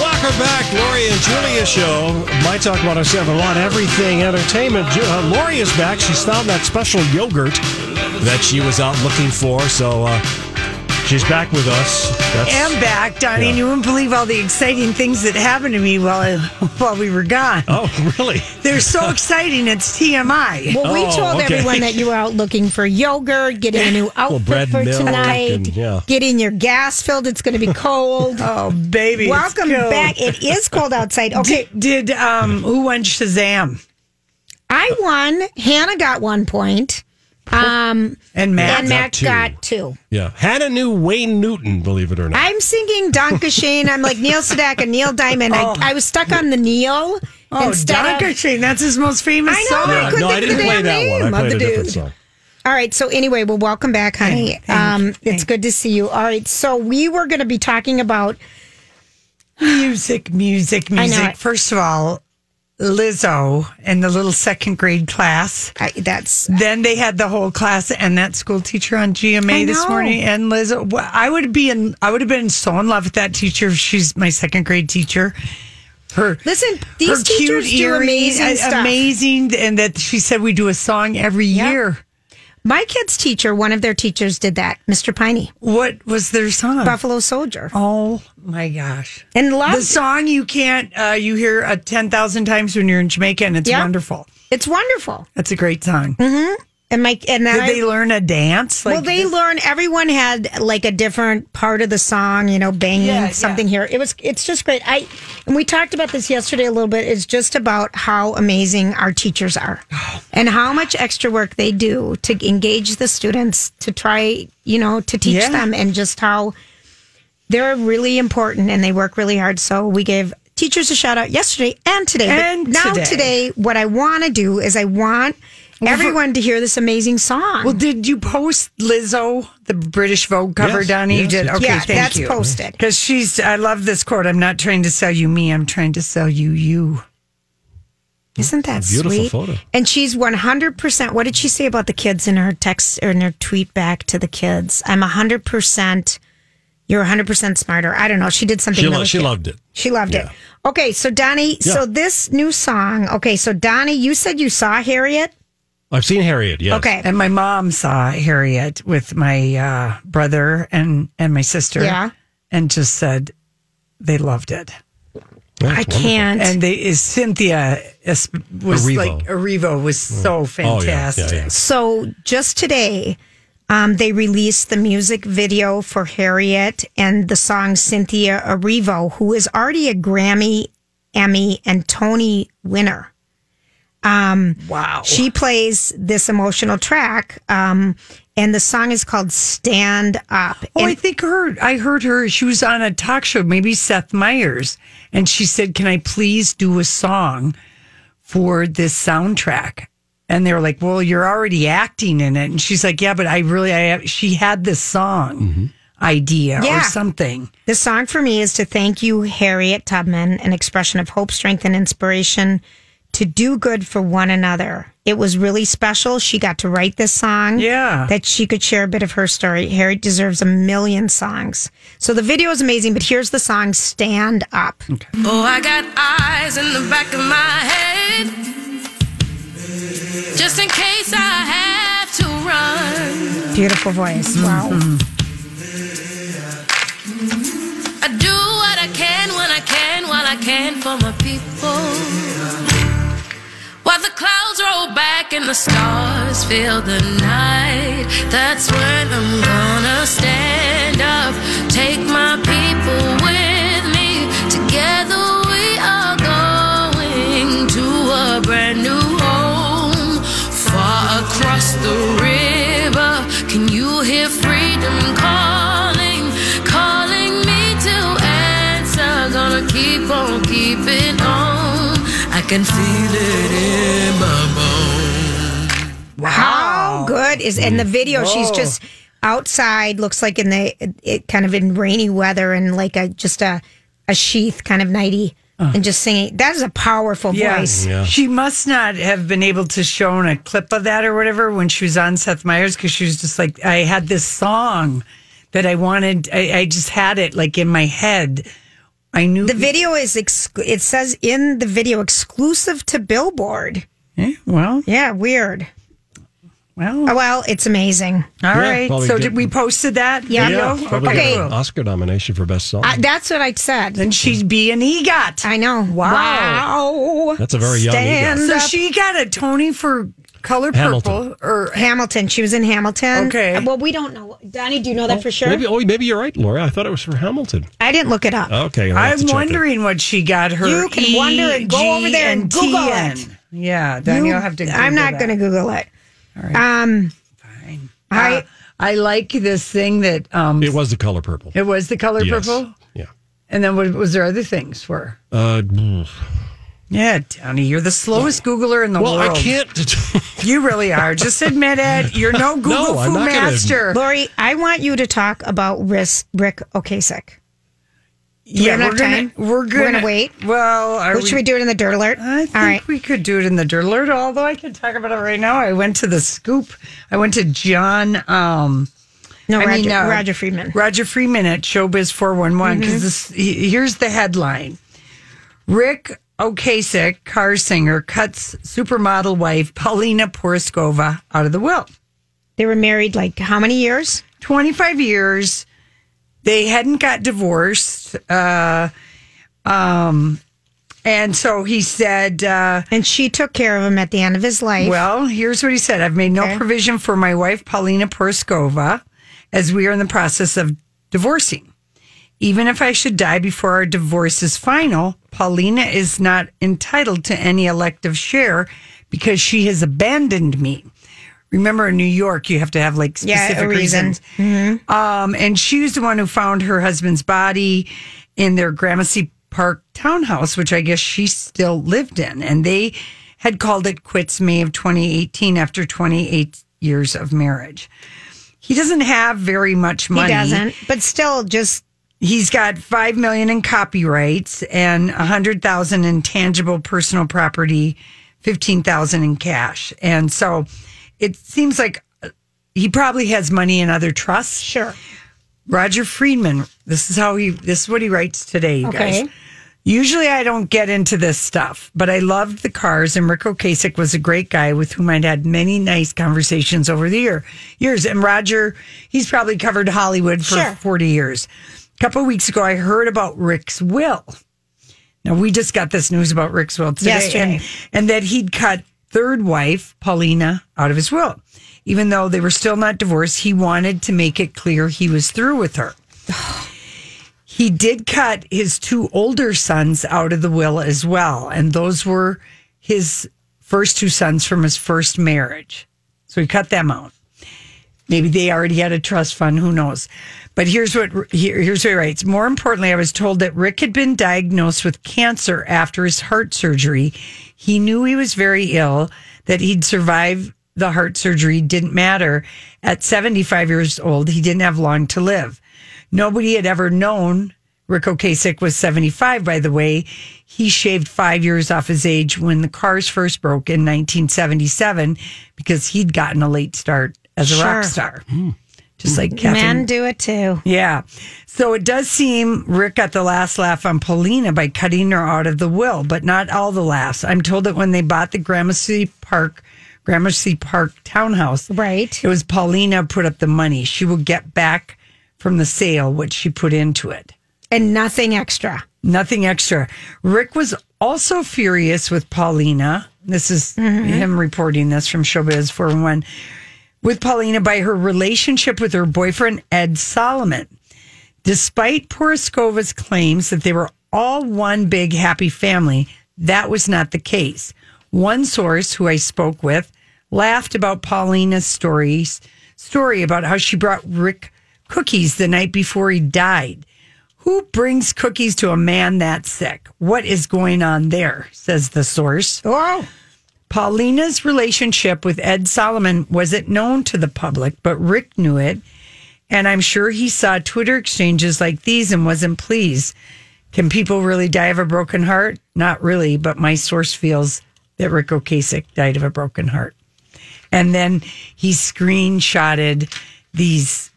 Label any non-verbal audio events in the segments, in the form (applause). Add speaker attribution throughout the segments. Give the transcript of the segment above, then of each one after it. Speaker 1: Welcome back, Lori and Julia show. My Talk 107 on everything entertainment. Ju- Uh, Lori is back. She's found that special yogurt that she was out looking for, so uh, she's back with us. That's,
Speaker 2: am back, Donnie.
Speaker 1: Yeah.
Speaker 2: And you wouldn't believe all the exciting things that happened to me while I, (laughs) while we were gone.
Speaker 1: Oh, (laughs) really?
Speaker 2: They're (laughs) so exciting. It's TMI.
Speaker 3: Well, we
Speaker 1: Oh,
Speaker 3: told
Speaker 1: okay.
Speaker 3: everyone that you were out looking for yogurt, getting a new outfit
Speaker 1: bread,
Speaker 3: for
Speaker 1: milk,
Speaker 3: tonight,
Speaker 1: and- yeah.
Speaker 3: getting your gas filled. It's going to be
Speaker 1: (laughs)
Speaker 3: cold.
Speaker 2: Oh, baby! it's
Speaker 3: Welcome
Speaker 2: cold.
Speaker 3: back. It is cold outside. Okay,
Speaker 2: Did, did um who won Shazam
Speaker 3: I won. Hannah got one point. Um,
Speaker 2: and Matt?
Speaker 1: Matt
Speaker 3: and Matt
Speaker 1: two.
Speaker 3: got two.
Speaker 1: Yeah. Hannah knew Wayne Newton, believe it or not.
Speaker 3: I'm singing Don Cushing. I'm like Neil Sedaka, and Neil Diamond.
Speaker 1: Oh.
Speaker 3: I, I was stuck on the Neil
Speaker 2: oh,
Speaker 3: instead
Speaker 2: Don
Speaker 3: of-
Speaker 2: Cushing. That's his most famous
Speaker 3: I know,
Speaker 2: song.
Speaker 3: I
Speaker 1: Yeah,
Speaker 3: couldn't
Speaker 1: no, I
Speaker 3: think of
Speaker 1: didn't
Speaker 3: the
Speaker 1: play
Speaker 3: damn
Speaker 1: that one. I
Speaker 3: name of
Speaker 1: played
Speaker 3: the
Speaker 1: a different
Speaker 3: dude.
Speaker 1: song.
Speaker 3: All right. So anyway, well, welcome back, honey.
Speaker 2: Thank- thank-
Speaker 3: um, it's good to see you. All right. So we were going to be talking about
Speaker 2: Music, music,
Speaker 3: know
Speaker 2: music.
Speaker 3: it.
Speaker 2: First of all, Lizzo and the little second grade class.
Speaker 3: I, that's
Speaker 2: Then they had the whole class and that school teacher on
Speaker 3: I
Speaker 2: GMA this
Speaker 3: know.
Speaker 2: morning. And Liz, wh- I would be in, I would have been so in love with that teacher. if She's my second grade teacher. Her
Speaker 3: Listen, these
Speaker 2: her
Speaker 3: teachers
Speaker 2: cute
Speaker 3: do
Speaker 2: earring,
Speaker 3: amazing
Speaker 2: a-
Speaker 3: stuff.
Speaker 2: Amazing, and that she said we do a song every
Speaker 3: Yep.
Speaker 2: year.
Speaker 3: my kids' teacher. One of their teachers did that, Mr. Piney,
Speaker 2: What was their song?
Speaker 3: Buffalo Soldier,
Speaker 2: Oh my gosh!
Speaker 3: and love.
Speaker 2: The song you can't uh, you hear uh, ten thousand times when you're in Jamaica, and it's
Speaker 3: Yep.
Speaker 2: wonderful.
Speaker 3: It's wonderful.
Speaker 2: That's a great song.
Speaker 3: And my and then
Speaker 2: Did
Speaker 3: I,
Speaker 2: they learn a dance?
Speaker 3: Mm-hmm. well, they learn. Everyone had like a different part of the song, you know, banging
Speaker 2: Yeah,
Speaker 3: something here. It was, it's just great. I and we talked about this yesterday a little bit. It's just about how amazing our teachers are,
Speaker 2: (gasps)
Speaker 3: and how much extra work they do to engage the students to try, you know, to teach
Speaker 2: Yeah.
Speaker 3: them, and just how they're really important and they work really hard. So we gave teachers a shout out yesterday and today. But
Speaker 2: And
Speaker 3: now
Speaker 2: today.
Speaker 3: today, what I want to do is I want. Everyone to hear this amazing song.
Speaker 2: Well, did you post Lizzo, the British Vogue cover,
Speaker 1: Yes,
Speaker 2: Donnie? you
Speaker 1: yes,
Speaker 2: did.
Speaker 1: yes.
Speaker 2: Okay,
Speaker 3: Yeah,
Speaker 2: thank
Speaker 3: that's
Speaker 2: you.
Speaker 3: posted.
Speaker 2: Because she's, I love this quote. I'm not trying to sell you me, I'm trying to sell you you.
Speaker 3: Isn't that
Speaker 1: beautiful
Speaker 3: sweet?
Speaker 1: photo.
Speaker 3: And she's one hundred percent. What did she say about the kids in her text or in her tweet back to the kids? I'm hundred percent. You're hundred percent smarter. I don't know. She did something.
Speaker 1: She, lo-
Speaker 3: really
Speaker 1: she
Speaker 3: cute.
Speaker 1: loved it.
Speaker 3: She loved it. Okay, so Donnie.
Speaker 1: Yeah.
Speaker 3: So this new song. Okay, so Donnie, you said you saw Harriet.
Speaker 1: I've seen Harriet, yes.
Speaker 3: Okay.
Speaker 2: And my mom saw Harriet with my uh, brother and, and my sister.
Speaker 3: Yeah.
Speaker 2: And just said they loved it.
Speaker 1: That's
Speaker 3: I
Speaker 1: wonderful.
Speaker 3: can't.
Speaker 2: And they is Cynthia is, was
Speaker 1: Erivo.
Speaker 2: like Arrivo was so
Speaker 1: Oh, yeah,
Speaker 2: fantastic.
Speaker 1: yeah, yeah.
Speaker 3: So just today, um, they released the music video for Harriet and the song Cynthia Erivo, who is already a Grammy, Emmy, and Tony winner. Um,
Speaker 2: Wow.
Speaker 3: She plays this emotional track, um, and the song is called "Stand Up."
Speaker 2: Oh, I
Speaker 3: and
Speaker 2: think her. I heard her. She was on a talk show, maybe Seth Meyers, and she said, "Can I please do a song for this soundtrack?" And they were like, "Well, you're already acting in it." And she's like, "Yeah, but I really, I she had this song idea or
Speaker 3: Mm-hmm. Yeah.
Speaker 2: something."
Speaker 3: the song for me is to thank you, Harriet Tubman, an expression of hope, strength, and inspiration to do good for one another. It was really special. She got to write this song.
Speaker 2: Yeah.
Speaker 3: that she could share a bit of her story. Harriet deserves a million songs. So the video is amazing, but here's the song Stand Up.
Speaker 4: Oh, I got eyes in the back of my head. Just in case I have to run.
Speaker 3: Beautiful voice. Wow.
Speaker 4: I do what I can when I can while I can for my people. While the clouds roll back and the stars fill the night, that's when I'm gonna stand up. Take my people with me. Together we are going to a brand new home. Far across the river, can you hear freedom calling? Calling me to answer. Gonna keep on keeping on. I can feel it in my bones.
Speaker 3: How good is in the video? She's
Speaker 2: Whoa.
Speaker 3: just outside. Looks like in the it, kind of in rainy weather and like a just a a sheath kind of nighty and just singing. That is a powerful voice.
Speaker 1: Yeah.
Speaker 2: She must not have been able to show in a clip of that or whatever when she was on Seth Meyers because she was just like, I had this song that I wanted. I, I just had it like in my head. I knew
Speaker 3: The video is ex- it says in the video exclusive to Billboard.
Speaker 2: Eh, well,
Speaker 3: Yeah, weird.
Speaker 2: well,
Speaker 3: Oh, well, it's amazing.
Speaker 2: all
Speaker 1: Yeah,
Speaker 2: right.
Speaker 1: probably
Speaker 2: So
Speaker 1: good.
Speaker 2: did we posted that?
Speaker 3: Yeah.
Speaker 2: video?
Speaker 3: Yeah,
Speaker 1: Probably
Speaker 3: Okay.
Speaker 1: get an Oscar nomination for best song.
Speaker 3: Uh, that's what I said.
Speaker 2: Then she'd be an EGOT.
Speaker 3: I know.
Speaker 2: Wow.
Speaker 3: Wow.
Speaker 1: That's a very young
Speaker 3: Stand
Speaker 1: ego.
Speaker 2: So
Speaker 3: up.
Speaker 2: she got a Tony for Color
Speaker 1: Hamilton.
Speaker 2: Purple or
Speaker 3: Hamilton. She was in Hamilton.
Speaker 2: Okay.
Speaker 3: Well, we don't know. Donnie, do you know that for sure?
Speaker 1: Maybe, oh, maybe you're right, Lori. I thought it was for Hamilton.
Speaker 3: I didn't look it
Speaker 2: Uh,
Speaker 3: up.
Speaker 1: Okay, I'll have
Speaker 2: I'm
Speaker 1: to check it.
Speaker 2: wondering what she got her. E
Speaker 3: You can wonder and go over there and Google
Speaker 2: EGTN.
Speaker 3: it.
Speaker 2: Yeah, then
Speaker 3: You-
Speaker 2: you, will have to. Google
Speaker 3: I'm not
Speaker 2: that.
Speaker 3: going to Google it. Um,
Speaker 2: I I like this thing that um
Speaker 1: It was the color purple.
Speaker 2: it was the color
Speaker 1: Yes.
Speaker 2: purple,
Speaker 1: Yeah.
Speaker 2: and then what was there other things for?
Speaker 1: Uh,
Speaker 2: Yeah, Downey, you're the slowest Googler in the
Speaker 1: well,
Speaker 2: world.
Speaker 1: I can't. (laughs)
Speaker 2: (laughs) You really are. Just admit it. You're no Google
Speaker 1: I'm
Speaker 2: foo
Speaker 1: not gonna-
Speaker 2: master.
Speaker 3: Lori, I want you to talk about Riss, Rick Okasek. we have
Speaker 2: we're
Speaker 3: enough
Speaker 2: gonna
Speaker 3: time?
Speaker 2: we're gonna,
Speaker 3: We're gonna wait?
Speaker 2: Well, are
Speaker 3: What,
Speaker 2: we,
Speaker 3: should we do it in the dirt alert?
Speaker 2: I think
Speaker 3: All right.
Speaker 2: we could do it in the dirt alert, although I can talk about it right now. I went to the scoop. I went to John. Um,
Speaker 3: no,
Speaker 2: I
Speaker 3: Roger,
Speaker 2: mean, uh,
Speaker 3: Roger Friedman. Mm-hmm.
Speaker 2: Roger Freeman at Showbiz 411. Because this he- here's the headline Rick Ocasek, car singer, cuts supermodel wife Paulina Poroskova out of the will.
Speaker 3: They were married like how many years?
Speaker 2: 25 years. They hadn't got divorced. Uh, um, and so he said, uh,
Speaker 3: And she took care of him at the end of his life.
Speaker 2: Well, here's what he said I've made no
Speaker 3: Okay.
Speaker 2: provision for my wife, Paulina Porskova, as we are in the process of divorcing. Even if I should die before our divorce is final, Paulina is not entitled to any elective share because she has abandoned me. Remember, in New York, you have to have like
Speaker 3: Yeah, a
Speaker 2: specific
Speaker 3: reason. Mm-hmm.
Speaker 2: reasons. Um, and she was the one who found her husband's body in their Gramercy Park townhouse, which I guess she still lived in. And they had called it quits May of 2018 after 28 years of marriage. He doesn't have very much
Speaker 3: he
Speaker 2: money.
Speaker 3: doesn't, but still, just
Speaker 2: He's got five million in copyrights and a hundred thousand in tangible personal property, fifteen thousand in cash, and so it seems like he probably has money in other trusts.
Speaker 3: sure.
Speaker 2: Roger Friedman. This is how he. This is what he writes today, you
Speaker 3: Okay.
Speaker 2: guys. Usually I don't get into this stuff, but I loved the cars, and Rick Ocasek was a great guy with whom I'd had many nice conversations over the year years. And Roger, he's probably covered Hollywood for
Speaker 3: Sure.
Speaker 2: forty years. A couple of weeks ago, I heard about Rick's will. Now we just got this news about Rick's will today,
Speaker 3: Yesterday.
Speaker 2: And, and that he'd cut third wife Paulina out of his will, even though they were still not divorced. He wanted to make it clear he was through with her. (sighs) He did cut his two older sons out of the will as well, and those were his first two sons from his first marriage. So he cut them out. Maybe they already had a trust fund. Who knows? But here's what here, here's what he writes. More importantly, I was told that Rick had been diagnosed with cancer after his heart surgery. He knew he was very ill. That he'd survive the heart surgery didn't matter. At 75 years old, he didn't have long to live. Nobody had ever known Rick Ocasek was 75, by the way. He shaved five years off his age when the cars first broke in 1977 because he'd gotten a late start as a rock
Speaker 3: Sure.
Speaker 2: star. Just like Catherine.
Speaker 3: Men do it too.
Speaker 2: Yeah. So it does seem Rick got the last laugh on Paulina by cutting her out of the will, but not all the laughs. I'm told that when they bought the Gramercy Park Gramercy Park townhouse.
Speaker 3: Right.
Speaker 2: It was Paulina put up the money. She will get back from the sale what she put into it.
Speaker 3: and nothing extra.
Speaker 2: Nothing extra. Rick was also furious with Paulina. This is him reporting this from Showbiz 411 with Paulina by her relationship with her boyfriend, Ed Solomon. Despite Poroskova's claims that they were all one big happy family, that was not the case. One source who I spoke with laughed about Paulina's stories, story about how she brought Rick cookies the night before he died. Who brings cookies to a man that sick? What is going on there? says the source.
Speaker 3: Oh,
Speaker 2: Paulina's relationship with Ed Solomon wasn't known to the public, but Rick knew it. And I'm sure he saw Twitter exchanges like these and wasn't pleased. Can people really die of a broken heart? Not really, but my source feels that Rick Ocasek died of a broken heart. And then he screenshotted these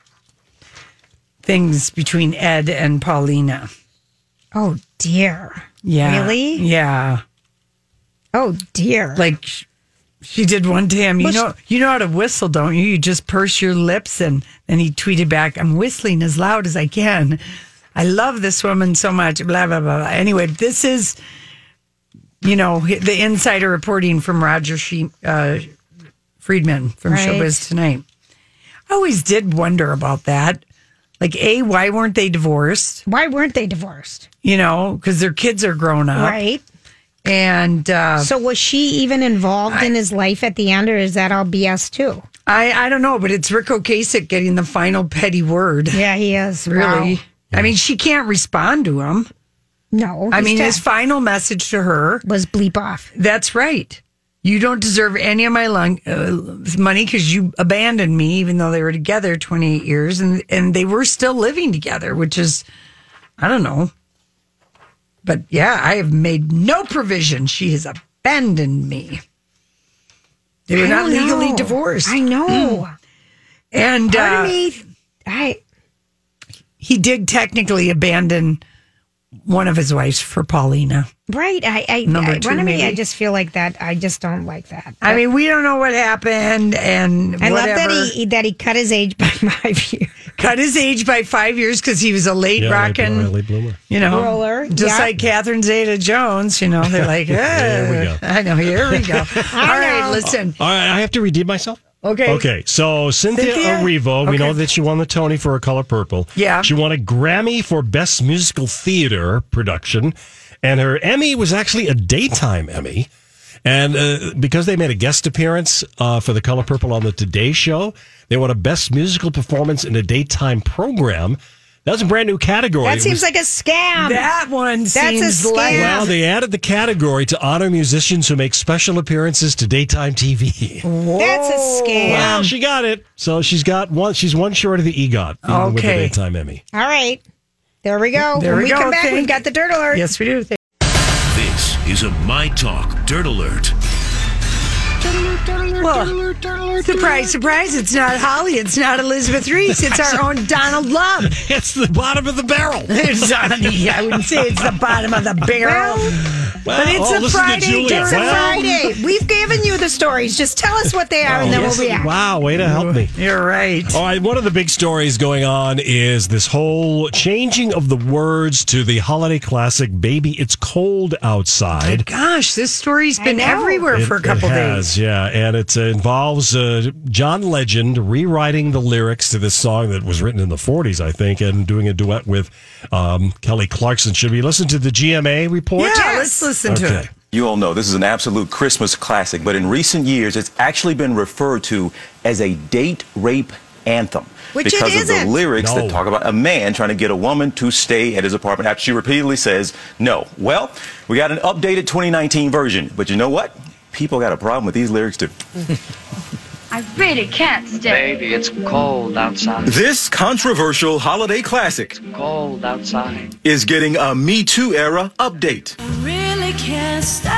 Speaker 2: things between Ed and Paulina.
Speaker 3: oh dear.
Speaker 2: Yeah.
Speaker 3: Really?
Speaker 2: Yeah.
Speaker 3: Oh dear.
Speaker 2: like sh- she did one to him. You know, you know how to whistle, don't you? You just purse your lips, and then he tweeted back, "I'm whistling as loud as I can. I love this woman so much." Blah blah blah. blah. Anyway, this is, you know, hi- the insider reporting from Roger she, uh, Friedman from
Speaker 3: Right.
Speaker 2: Showbiz Tonight. I always did wonder about that. Like, a why weren't they divorced?
Speaker 3: Why weren't they divorced?
Speaker 2: You know, because their kids are grown up,
Speaker 3: Right.
Speaker 2: and uh,
Speaker 3: So was she even involved in his life at the end, or is that all BS too?
Speaker 2: I, I don't know, but it's Rick Ocasek getting the final petty word.
Speaker 3: Yeah, he is.
Speaker 2: Really.
Speaker 3: Wow.
Speaker 2: I mean, she can't respond to him.
Speaker 3: No.
Speaker 2: I
Speaker 3: he's
Speaker 2: mean,
Speaker 3: dead.
Speaker 2: his final message to her
Speaker 3: was bleep off.
Speaker 2: that's right. You don't deserve any of my lung, uh, money because you abandoned me, even though they were together 28 years and, and they were still living together, which is, I don't know. But yeah, I have made no provision. She has abandoned me. They were
Speaker 3: I
Speaker 2: not
Speaker 3: don't
Speaker 2: legally
Speaker 3: know.
Speaker 2: divorced.
Speaker 3: I know.
Speaker 2: and
Speaker 3: Part
Speaker 2: uh,
Speaker 3: of me, I
Speaker 2: he did technically abandon one of his wives for Paulina.
Speaker 3: right. I I,
Speaker 2: Number
Speaker 3: I
Speaker 2: two,
Speaker 3: one of me. I
Speaker 2: maybe.
Speaker 3: just feel like that. I just don't like that.
Speaker 2: I mean, we don't know what happened, and
Speaker 3: I
Speaker 2: whatever.
Speaker 3: love that he that he cut his age by (laughs) five years.
Speaker 2: cut his age by five years because he was a late
Speaker 1: Yeah, late
Speaker 2: rockin',
Speaker 1: bloomer, late bloomer.
Speaker 2: you know,
Speaker 3: Roller,
Speaker 2: just
Speaker 3: yeah.
Speaker 2: like Catherine Zeta-Jones. You know, they're
Speaker 1: (laughs)
Speaker 2: like,
Speaker 1: There we
Speaker 2: "Eh,
Speaker 1: go.
Speaker 2: I know. Here we
Speaker 3: (laughs)
Speaker 2: go. All right, listen.
Speaker 1: All right, I have to redeem myself.
Speaker 2: Okay.
Speaker 1: Okay, so Cynthia,
Speaker 2: Cynthia?
Speaker 1: Erivo, we
Speaker 2: Okay.
Speaker 1: know that she won the Tony for A Color Purple.
Speaker 2: Yeah.
Speaker 1: She won a Grammy for Best Musical Theater Production, and her Emmy was actually a daytime Emmy. And uh, because they made a guest appearance uh, for The Color Purple on the Today Show, they won a Best Musical Performance in a Daytime Program. That was a brand new category.
Speaker 3: That
Speaker 1: It
Speaker 3: seems
Speaker 1: was-
Speaker 3: like a scam.
Speaker 2: That one
Speaker 3: Um, a
Speaker 2: seems like
Speaker 3: scam.
Speaker 1: well, they added the category to honor musicians who make special appearances to daytime TV.
Speaker 3: That's a scam.
Speaker 1: Well, she got it. So she's got one. She's one short of the EGOT even with the
Speaker 2: Okay.
Speaker 1: daytime Emmy.
Speaker 3: All right. There we go.
Speaker 2: There
Speaker 3: when
Speaker 2: we
Speaker 3: we
Speaker 2: go.
Speaker 3: come back,
Speaker 2: Thank-
Speaker 3: we've got the dirt alert.
Speaker 2: Yes, we do.
Speaker 5: This is a My Talk Dirt Alert.
Speaker 2: Well, surprise, surprise! It's not Holly. It's not Elizabeth Reese. It's
Speaker 3: (laughs)
Speaker 2: our own Donald Love.
Speaker 1: It's the bottom of the barrel.
Speaker 2: It's on the, I wouldn't say it's the bottom of the barrel. but it's
Speaker 1: oh,
Speaker 2: a
Speaker 1: listen to
Speaker 2: Friday.
Speaker 1: Julia.
Speaker 2: It's
Speaker 3: It's a
Speaker 1: Well-
Speaker 3: Friday. We've given you the stories. Just tell us what they are,
Speaker 2: Oh,
Speaker 3: and then
Speaker 1: oh, Yes.
Speaker 3: we'll react.
Speaker 1: Wow, way to help me.
Speaker 2: You're right.
Speaker 1: All right, one of the big stories going on is this whole changing of the words to the holiday classic "Baby, It's Cold Outside."
Speaker 2: Gosh, this story's been
Speaker 3: know.
Speaker 2: everywhere for a couple
Speaker 1: has,
Speaker 2: days.
Speaker 1: Yeah, and it uh, involves uh, John Legend rewriting the lyrics to this song that was written in the 40s, I think, and doing a duet with um, Kelly Clarkson. Should we listen to the GMA report?
Speaker 2: Yeah, let's listen to
Speaker 1: Okay.
Speaker 2: it.
Speaker 6: You all know this is an absolute Christmas classic, but in recent years, it's actually been referred to as a date rape anthem.
Speaker 3: Which it
Speaker 6: because of
Speaker 3: isn't.
Speaker 6: the lyrics
Speaker 1: No.
Speaker 6: that talk about a man trying to get a woman to stay at his apartment after she repeatedly says no. Well, we got an updated 2019 version, but you know what? People got a problem with these lyrics too.
Speaker 7: I really can't stay.
Speaker 8: Baby, it's cold outside.
Speaker 6: This controversial holiday classic
Speaker 8: Cold outside.
Speaker 6: is getting a Me Too era update.
Speaker 4: Really can't stay.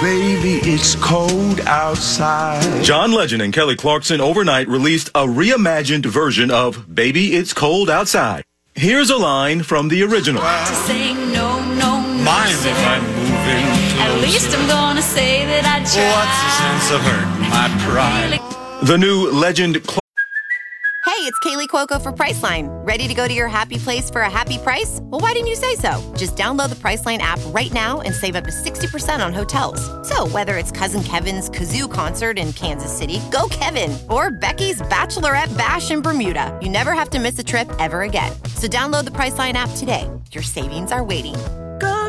Speaker 9: Baby, it's cold outside.
Speaker 6: John Legend and Kelly Clarkson overnight released a reimagined version of Baby It's Cold Outside. Here's a line from the original.
Speaker 4: To say no, no, no.
Speaker 9: Mind if I'm moving
Speaker 4: At least I'm gonna say that I tried.
Speaker 9: What's the sense of hurt? my pride.
Speaker 6: The new legend.
Speaker 10: Hey, it's Kaylee Cuoco for Priceline. Ready to go to your happy place for a happy price? Well, why didn't you say so? Just download the Priceline app right now and save up to 60% on hotels. So, whether it's Cousin Kevin's Kazoo concert in Kansas City, go Kevin, or Becky's Bachelorette Bash in Bermuda, you never have to miss a trip ever again. So, download the Priceline app today. Your savings are waiting.
Speaker 11: Go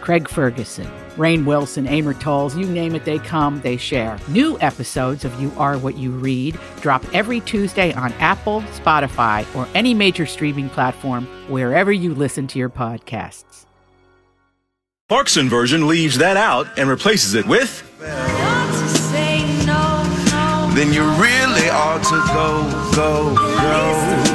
Speaker 12: Craig Ferguson, Rain Wilson, Amor Tolls, you name it, they come, they share. New episodes of You Are What You Read drop every Tuesday on Apple, Spotify, or any major streaming platform wherever you listen to your podcasts.
Speaker 6: Clarkson version leaves that out and replaces it with.
Speaker 9: Then you really ought to go, go, (laughs) go.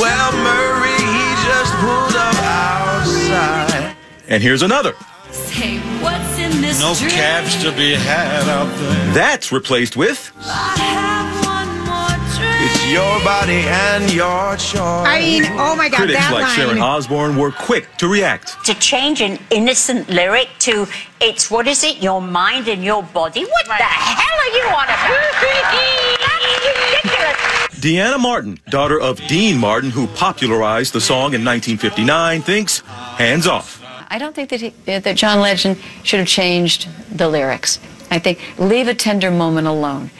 Speaker 9: well, Murray, he just pulled up outside.
Speaker 6: And here's another.
Speaker 11: Say what's in this
Speaker 9: No
Speaker 11: drink?
Speaker 9: cabs to be had out there.
Speaker 6: That's replaced with.
Speaker 11: I have one more drink.
Speaker 9: It's your body and your choice.
Speaker 3: I mean, oh my God,
Speaker 6: Critics
Speaker 3: that
Speaker 6: like
Speaker 3: line.
Speaker 6: Sharon Osbourne were quick to react.
Speaker 13: To change an innocent lyric to it's what is it, your mind and your body? What the hell are you on about? That's ridiculous.
Speaker 6: Deanna Martin, daughter of Dean Martin, who popularized the song in 1959, thinks hands off.
Speaker 14: I don't think that, he, that John Legend should have changed the lyrics. I think leave a tender moment alone.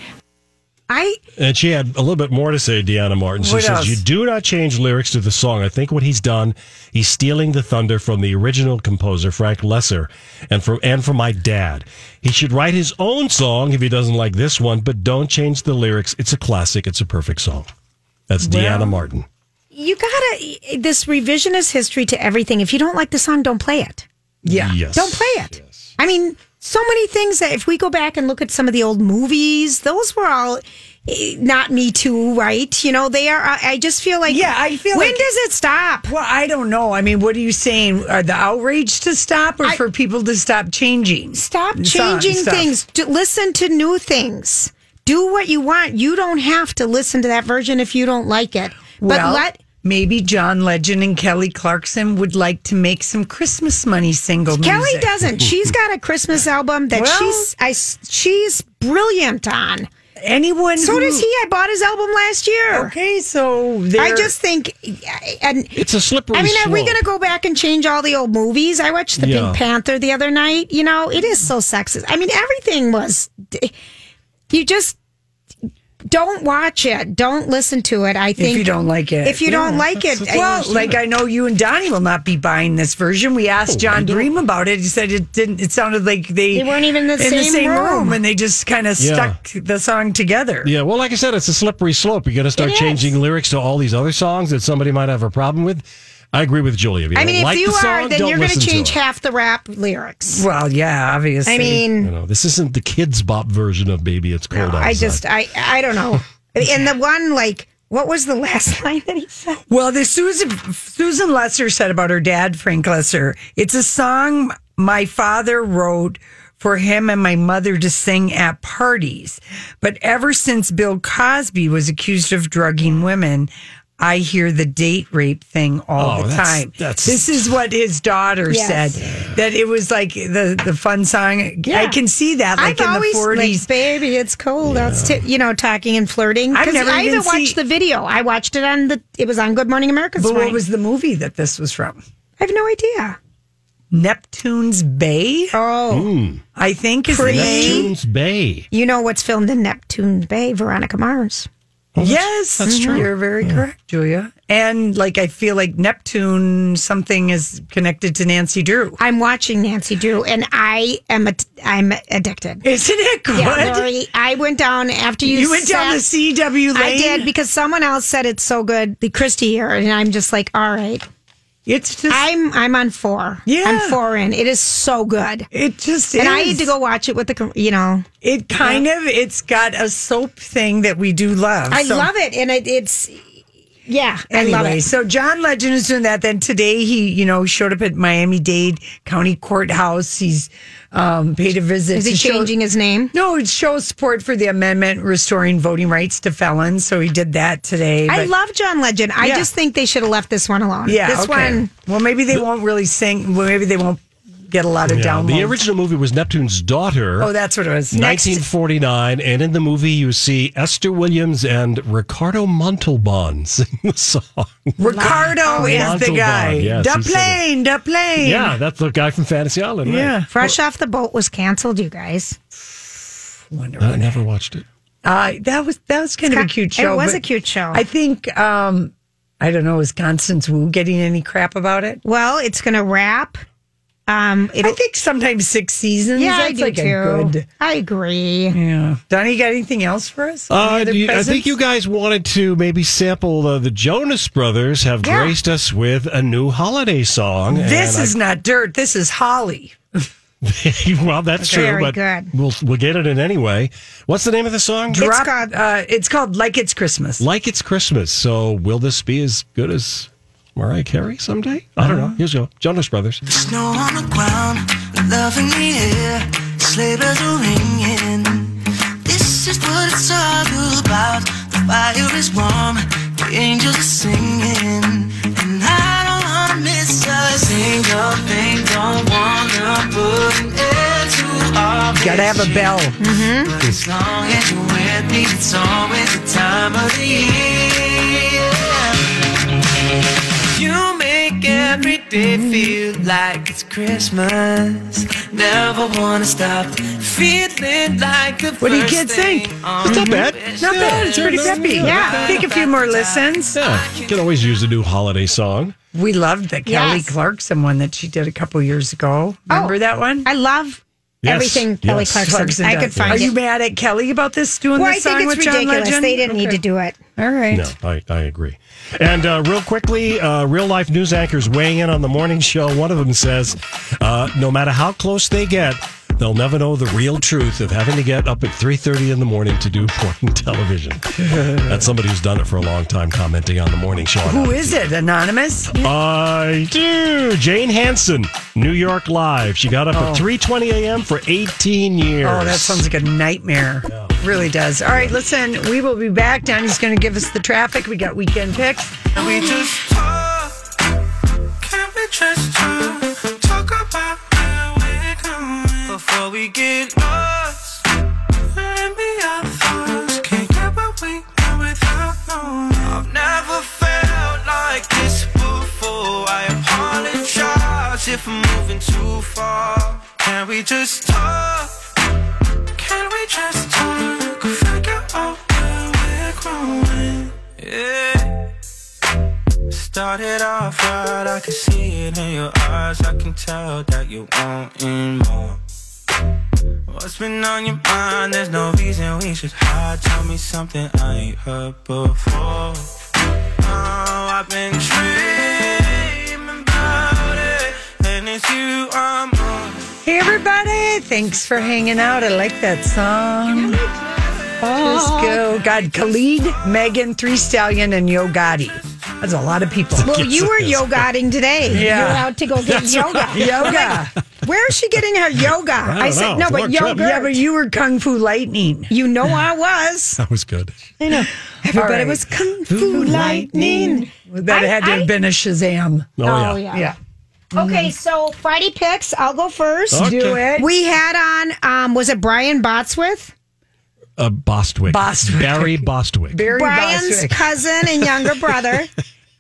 Speaker 3: I
Speaker 1: And she had a little bit more to say, Deanna Martin. She
Speaker 14: What
Speaker 1: says,
Speaker 14: else?
Speaker 1: You do not change lyrics to the song. I think what he's done, he's stealing the thunder from the original composer, Frank Lesser, and from, and from my dad. He should write his own song if he doesn't like this one, but don't change the lyrics. It's a classic. It's a perfect song. That's Deanna Martin.
Speaker 3: you gotta this revisionist history to everything. If you don't like the song, don't play it.
Speaker 1: Yeah. Yes.
Speaker 3: Don't play it. I mean, so many things that if we go back and look at some of the old movies, those were all eh, not Me Too, right? You know, they are. I I just feel like yeah, I feel when
Speaker 2: like-
Speaker 3: does it stop?
Speaker 2: Well, I don't know. I mean, what are you saying? Are the outrage to stop or for people to stop changing?
Speaker 3: Stop
Speaker 2: Song
Speaker 3: changing
Speaker 2: stuff.
Speaker 3: things. D- listen to new things. Do what you want. You don't have to listen to that version if you don't like it. But
Speaker 2: well,
Speaker 3: let
Speaker 2: maybe John Legend and Kelly Clarkson would like to make some Christmas money single.
Speaker 3: Kelly
Speaker 2: music.
Speaker 3: doesn't. She's got a Christmas album that
Speaker 2: Well-
Speaker 3: she's I s she's brilliant on.
Speaker 2: Anyone?
Speaker 3: So
Speaker 2: who-
Speaker 3: does he. I bought his album last year.
Speaker 2: Okay, so
Speaker 3: I
Speaker 2: they're-
Speaker 3: just think, and
Speaker 1: It's a slippery
Speaker 3: I mean, are we
Speaker 1: slope.
Speaker 3: going to go back and change all the old movies? I watched The
Speaker 1: Yeah.
Speaker 3: Pink Panther the other night. You know, it is so sexist. I mean, everything was. You just don't watch it. Don't listen to it. I think
Speaker 2: if you don't like it,
Speaker 3: if you don't like it,
Speaker 2: well, like I know you and Donnie will not be buying this version. We asked
Speaker 1: Oh,
Speaker 2: John Dream about it. He said it didn't. It sounded like they,
Speaker 3: They weren't even in the same room.
Speaker 2: and they just kind of
Speaker 1: Yeah.
Speaker 2: stuck the song together.
Speaker 1: Yeah, well, like I said, it's a slippery slope. You're going to start
Speaker 3: It is.
Speaker 1: changing lyrics to all these other songs that somebody might have a problem with. I agree with Julia. If you
Speaker 3: I
Speaker 1: don't
Speaker 3: mean, if
Speaker 1: like
Speaker 3: you
Speaker 1: the song,
Speaker 3: are, then
Speaker 1: don't
Speaker 3: you're going
Speaker 1: listen
Speaker 3: to change
Speaker 1: it.
Speaker 3: half the rap lyrics.
Speaker 2: Well, yeah, obviously.
Speaker 3: I mean,
Speaker 1: You know, this isn't the kids' bop version of "Baby It's Cold Outside."
Speaker 3: I just, I, I
Speaker 2: (laughs)
Speaker 3: don't know. and the one like, what was the last (laughs) line that he said?
Speaker 2: Well, the Susan Susan Lesser said about her dad, Frank Lesser. It's a song my father wrote for him and my mother to sing at parties. But ever since Bill Cosby was accused of drugging women, I hear the date rape thing all
Speaker 1: Oh,
Speaker 2: the
Speaker 1: that's-
Speaker 2: time.
Speaker 1: that's-
Speaker 2: this is what his daughter
Speaker 3: Yes.
Speaker 2: said. That it was like the the fun song. I can see that like
Speaker 3: I've
Speaker 2: in the
Speaker 3: always,
Speaker 2: forties.
Speaker 3: Like, Baby, it's cold outside. You know, talking and flirting.
Speaker 2: I've
Speaker 3: 'Cause
Speaker 2: never
Speaker 3: I
Speaker 2: even
Speaker 3: even watched
Speaker 2: see-
Speaker 3: the video. I watched it on the. It was on Good Morning America. this
Speaker 2: but what
Speaker 3: morning.
Speaker 2: was the movie that this was from?
Speaker 3: I have no idea.
Speaker 2: Neptune's Bay.
Speaker 3: Oh,
Speaker 2: I think is
Speaker 3: Pretty.
Speaker 2: the name.
Speaker 1: Neptune's Bay.
Speaker 3: you know what's filmed in Neptune Bay? Veronica Mars.
Speaker 2: yes,
Speaker 1: that's true.
Speaker 2: You're very correct, Julia. And like, I feel like Neptune something is connected to Nancy Drew.
Speaker 3: I'm watching Nancy Drew, and I am a, I'm addicted.
Speaker 2: (laughs) Isn't it good?
Speaker 3: Yeah, Lori, I went down after you.
Speaker 2: you, went down the
Speaker 3: sat-
Speaker 2: CW lane.
Speaker 3: I did because someone else said it's so good, the Christie here, and I'm just like, all right.
Speaker 2: It's just.
Speaker 3: I'm I'm on four.
Speaker 2: Yeah.
Speaker 3: I'm four in. It is so good.
Speaker 2: it just
Speaker 3: and
Speaker 2: is.
Speaker 3: I had to go watch it with the, com- you know,
Speaker 2: It kind of. It's got a soap thing that we do love.
Speaker 3: I
Speaker 2: so-
Speaker 3: love it, and it, it's Yeah. I love
Speaker 2: Anyway,
Speaker 3: it.
Speaker 2: so John Legend is doing that. Then today he, you know, showed up at Miami Dade County Courthouse. He's um, paid a visit.
Speaker 3: Is he
Speaker 2: to show-
Speaker 3: changing his name?
Speaker 2: No, it shows support for the amendment restoring voting rights to felons. So he did that today.
Speaker 3: I
Speaker 2: but-
Speaker 3: love John Legend. I
Speaker 2: Yeah.
Speaker 3: just think they should have left this one alone.
Speaker 2: Yeah,
Speaker 3: This
Speaker 2: okay.
Speaker 3: one.
Speaker 2: Well, maybe they won't really sing. Well, maybe they won't get a lot of
Speaker 1: Yeah,
Speaker 2: downloads.
Speaker 1: the original movie was Neptune's Daughter.
Speaker 2: Oh, that's what it was. Next.
Speaker 1: 1949, and in the movie you see Esther Williams and Ricardo Montalban sing the song.
Speaker 2: Ricardo
Speaker 3: Oh,
Speaker 2: is
Speaker 3: yeah.
Speaker 2: the guy.
Speaker 1: Montalban, yes,
Speaker 2: the
Speaker 1: he said it.
Speaker 2: plane, the plane.
Speaker 1: Yeah, that's the guy from Fantasy Island. Right?
Speaker 2: Yeah.
Speaker 3: Fresh off the boat was canceled, you guys.
Speaker 2: Wonder
Speaker 1: I never watched it.
Speaker 2: Uh, that was that was kind of a cute show.
Speaker 3: It was
Speaker 2: but
Speaker 3: a cute show.
Speaker 2: I think um, I don't know. Is Constance Wu getting any crap about it?
Speaker 3: well, it's going to wrap. Um,
Speaker 2: I think sometimes six seasons.
Speaker 3: yeah, I
Speaker 2: that's
Speaker 3: do
Speaker 2: like
Speaker 3: too.
Speaker 2: a good.
Speaker 3: I agree.
Speaker 2: Yeah, Donnie, you got anything else for us? Any
Speaker 1: Uh,
Speaker 2: other
Speaker 1: do you- I
Speaker 2: presents?
Speaker 1: think you guys wanted to maybe sample uh, the Jonas Brothers have
Speaker 2: Yeah.
Speaker 1: graced us with a new holiday song.
Speaker 2: This
Speaker 1: and I-
Speaker 2: is not dirt. This is Holly.
Speaker 1: (laughs) well, that's
Speaker 3: Okay.
Speaker 1: true,
Speaker 3: Very
Speaker 1: but
Speaker 3: good.
Speaker 1: we'll we'll get it in anyway. What's the name of the song?
Speaker 2: Drop, uh, it's called Like It's Christmas.
Speaker 1: Like it's Christmas. So will this be as good as Mariah Carey someday? I don't know. Here's go Jonas Brothers.
Speaker 9: Snow on the ground, love in the air, sleigh bells are ringing. This is what it's all about. The fire is warm, the angels are singing, and I don't wanna miss a single thing. Don't wanna put an end to all this.
Speaker 2: Gotta have a bell.
Speaker 9: But Mm-hmm. as long as you're with me, it's always the time of the year. You make every day feel like it's Christmas. Never wanna stop feeling like the
Speaker 2: What do you
Speaker 9: first
Speaker 2: kids think?
Speaker 9: thing on
Speaker 2: It's
Speaker 9: your
Speaker 2: not bad.
Speaker 9: wish
Speaker 2: Not bad. It's
Speaker 9: list.
Speaker 2: pretty peppy. Yeah. Take a few more listens.
Speaker 1: Yeah, you can always use a new holiday song.
Speaker 2: We loved the Kelly
Speaker 3: Yes.
Speaker 2: Clarkson one that she did a couple years ago. Remember
Speaker 3: Oh.
Speaker 2: that one?
Speaker 3: I love
Speaker 1: Yes,
Speaker 3: everything Kelly
Speaker 1: yes.
Speaker 3: Clarkson. I
Speaker 2: does
Speaker 3: could
Speaker 2: it.
Speaker 3: find
Speaker 2: Are
Speaker 3: it.
Speaker 2: you mad at Kelly about this doing
Speaker 3: well, I
Speaker 2: this song
Speaker 3: think it's
Speaker 2: with John
Speaker 3: ridiculous.
Speaker 2: Legend?
Speaker 3: They didn't need to do it.
Speaker 2: All right.
Speaker 1: No, I, I agree. And uh, real quickly, uh, real life news anchors weighing in on the morning show. One of them says, uh, no matter how close they get, they'll never know the real truth of having to get up at 3.30 in the morning to do (laughs) morning
Speaker 2: (laughs)
Speaker 1: television. That's somebody who's done it for a long time commenting on the morning show.
Speaker 2: Who is it? Anonymous?
Speaker 1: I do. Jane Hansen, New York Live. She got up at 3.20 a.m. for 18 years.
Speaker 2: Oh, that sounds like a nightmare. Really does. All right, listen, we will be back. Donnie's going to give us the traffic. We got weekend picks.
Speaker 9: Can we just talk? Can we just talk? Talk about where we're going before we get lost. Let me our thoughts. Can't get what we know without knowing. I've never felt like this before. I apologize if I'm moving too far. Can we just talk? Can we just talk? Figure out where we're growing. Yeah. Started off right, I can see it in your eyes. I can tell that you're wanting more. What's been on your mind? There's no reason we should hide. Tell me something I ain't heard before. Oh, I've been dreaming about it, and it's you I'm on.
Speaker 2: Hey, everybody. Thanks for hanging out. I like that song. Just go. God, Khalid, Megan, Three Stallion, and Yo Gotti. That's a lot of
Speaker 3: (laughs)
Speaker 2: people.
Speaker 3: Well,
Speaker 1: Yes,
Speaker 3: you
Speaker 1: it
Speaker 3: were
Speaker 1: is.
Speaker 3: yogating today.
Speaker 2: Yeah.
Speaker 3: You were out to go get yoga.
Speaker 2: (laughs) Yoga.
Speaker 3: Where is she getting her yoga?
Speaker 1: don't
Speaker 3: I, said,
Speaker 1: know.
Speaker 3: no, but
Speaker 1: It's a long
Speaker 3: yoga.
Speaker 1: trip.
Speaker 2: Yeah, but you were Kung Fu Lightning.
Speaker 3: you know I was.
Speaker 1: (laughs) (laughs) That was good.
Speaker 3: I know. Everybody
Speaker 2: right.
Speaker 3: was Kung Fu Lightning.
Speaker 2: That
Speaker 3: I-
Speaker 2: had to
Speaker 3: I-
Speaker 2: have been a Shazam.
Speaker 1: Oh,
Speaker 3: Oh,
Speaker 1: yeah.
Speaker 3: yeah.
Speaker 2: Yeah.
Speaker 3: Okay, so Friday picks. I'll go first.
Speaker 1: Okay. Do
Speaker 2: it.
Speaker 3: We had on, um, was it Brian Botsworth?
Speaker 1: Uh, Bostwick.
Speaker 2: Bostwick.
Speaker 1: Barry Bostwick.
Speaker 2: Barry
Speaker 3: Brian's
Speaker 2: Bostwick.
Speaker 3: cousin and younger brother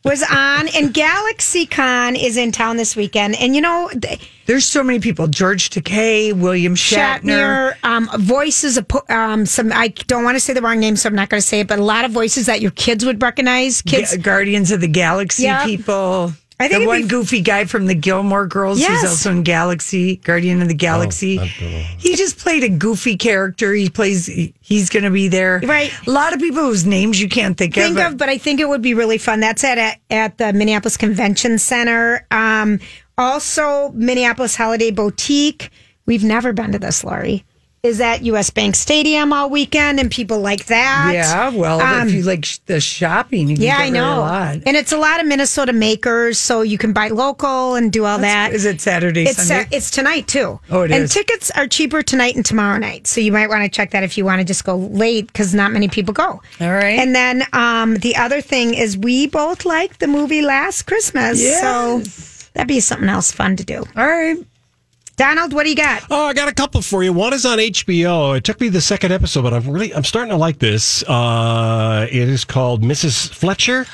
Speaker 3: was on, and GalaxyCon is in town this weekend. And you know, th-
Speaker 2: There's so many people. George Takei, William Shatner.
Speaker 3: Shatner, um, voices, of po- um, some, I don't want to say the wrong name, so I'm not going to say it, but a lot of voices that your kids would recognize. Kids,
Speaker 2: Ga- Guardians of the Galaxy
Speaker 3: Yeah.
Speaker 2: people.
Speaker 3: I
Speaker 2: the
Speaker 3: think it'd
Speaker 2: one
Speaker 3: be-
Speaker 2: goofy guy from the Gilmore Girls
Speaker 3: Yes.
Speaker 2: who's also in Galaxy, Guardian of the Galaxy.
Speaker 1: Oh, I don't know.
Speaker 2: he just played a goofy character. He plays, he- he's going to be there.
Speaker 3: Right.
Speaker 2: A lot of people whose names you can't think,
Speaker 3: think of, but I think it would be really fun. That's at, at, at the Minneapolis Convention Center. Um, also, Minneapolis Holiday Boutique. We've never been to this, Lori. is at US Bank Stadium all weekend, and people like that.
Speaker 2: Yeah, well,
Speaker 3: Um,
Speaker 2: if you like sh- the shopping, you can
Speaker 3: yeah,
Speaker 2: get
Speaker 3: I
Speaker 2: rid of
Speaker 3: know.
Speaker 2: A lot.
Speaker 3: And it's a lot of Minnesota makers, so you can buy local and do all
Speaker 2: That's-
Speaker 3: that.
Speaker 2: is it Saturday,
Speaker 3: It's
Speaker 2: Sunday?
Speaker 3: it's tonight too.
Speaker 2: Oh, it
Speaker 3: and
Speaker 2: is.
Speaker 3: tickets are cheaper tonight and tomorrow night, so you might want to check that if you want to just go late because not many people go.
Speaker 2: All right.
Speaker 3: And then um, the other thing is we both liked the movie Last Christmas, so that'd be something else fun to do.
Speaker 2: All right.
Speaker 3: Donald, what do you got?
Speaker 1: (laughs) Oh, I got a couple for you. One is on HBO. It took me the second episode, but I'm really I'm starting to like this. Uh, it is called Mrs. Fletcher.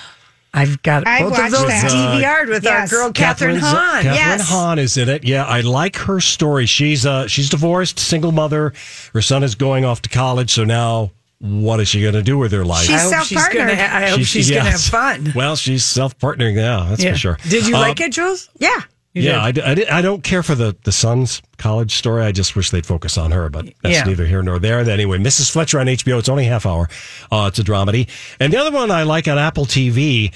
Speaker 2: I've got
Speaker 3: I
Speaker 2: both of
Speaker 3: watched
Speaker 2: those
Speaker 3: that.
Speaker 2: DVR'd with
Speaker 3: Yes.
Speaker 2: our girl Oh, Catherine,
Speaker 1: Catherine
Speaker 2: Hahn.
Speaker 1: Catherine
Speaker 3: yes.
Speaker 1: Hahn is in it. Yeah, I like her story. She's uh she's divorced, single mother. Her son is going off to college, so now what is she going to do with her life?
Speaker 2: I
Speaker 3: She's
Speaker 2: hope she's
Speaker 3: self-partnered.
Speaker 2: gonna. Ha- I hope she's, gonna have
Speaker 1: yes.
Speaker 2: fun.
Speaker 1: Well, she's self partnering. Yeah, that's
Speaker 2: Yeah.
Speaker 1: for sure.
Speaker 2: Did you
Speaker 1: Uh,
Speaker 2: like it, Jules?
Speaker 3: Yeah.
Speaker 2: You
Speaker 1: yeah, I, d- I di- I don't care for the, the son's college story. I just wish they'd focus on her, but that's
Speaker 2: Yeah.
Speaker 1: neither here nor there. Anyway, Mrs. Fletcher on HBO. It's only half hour. Uh, it's a dramedy. And the other one I like on Apple TV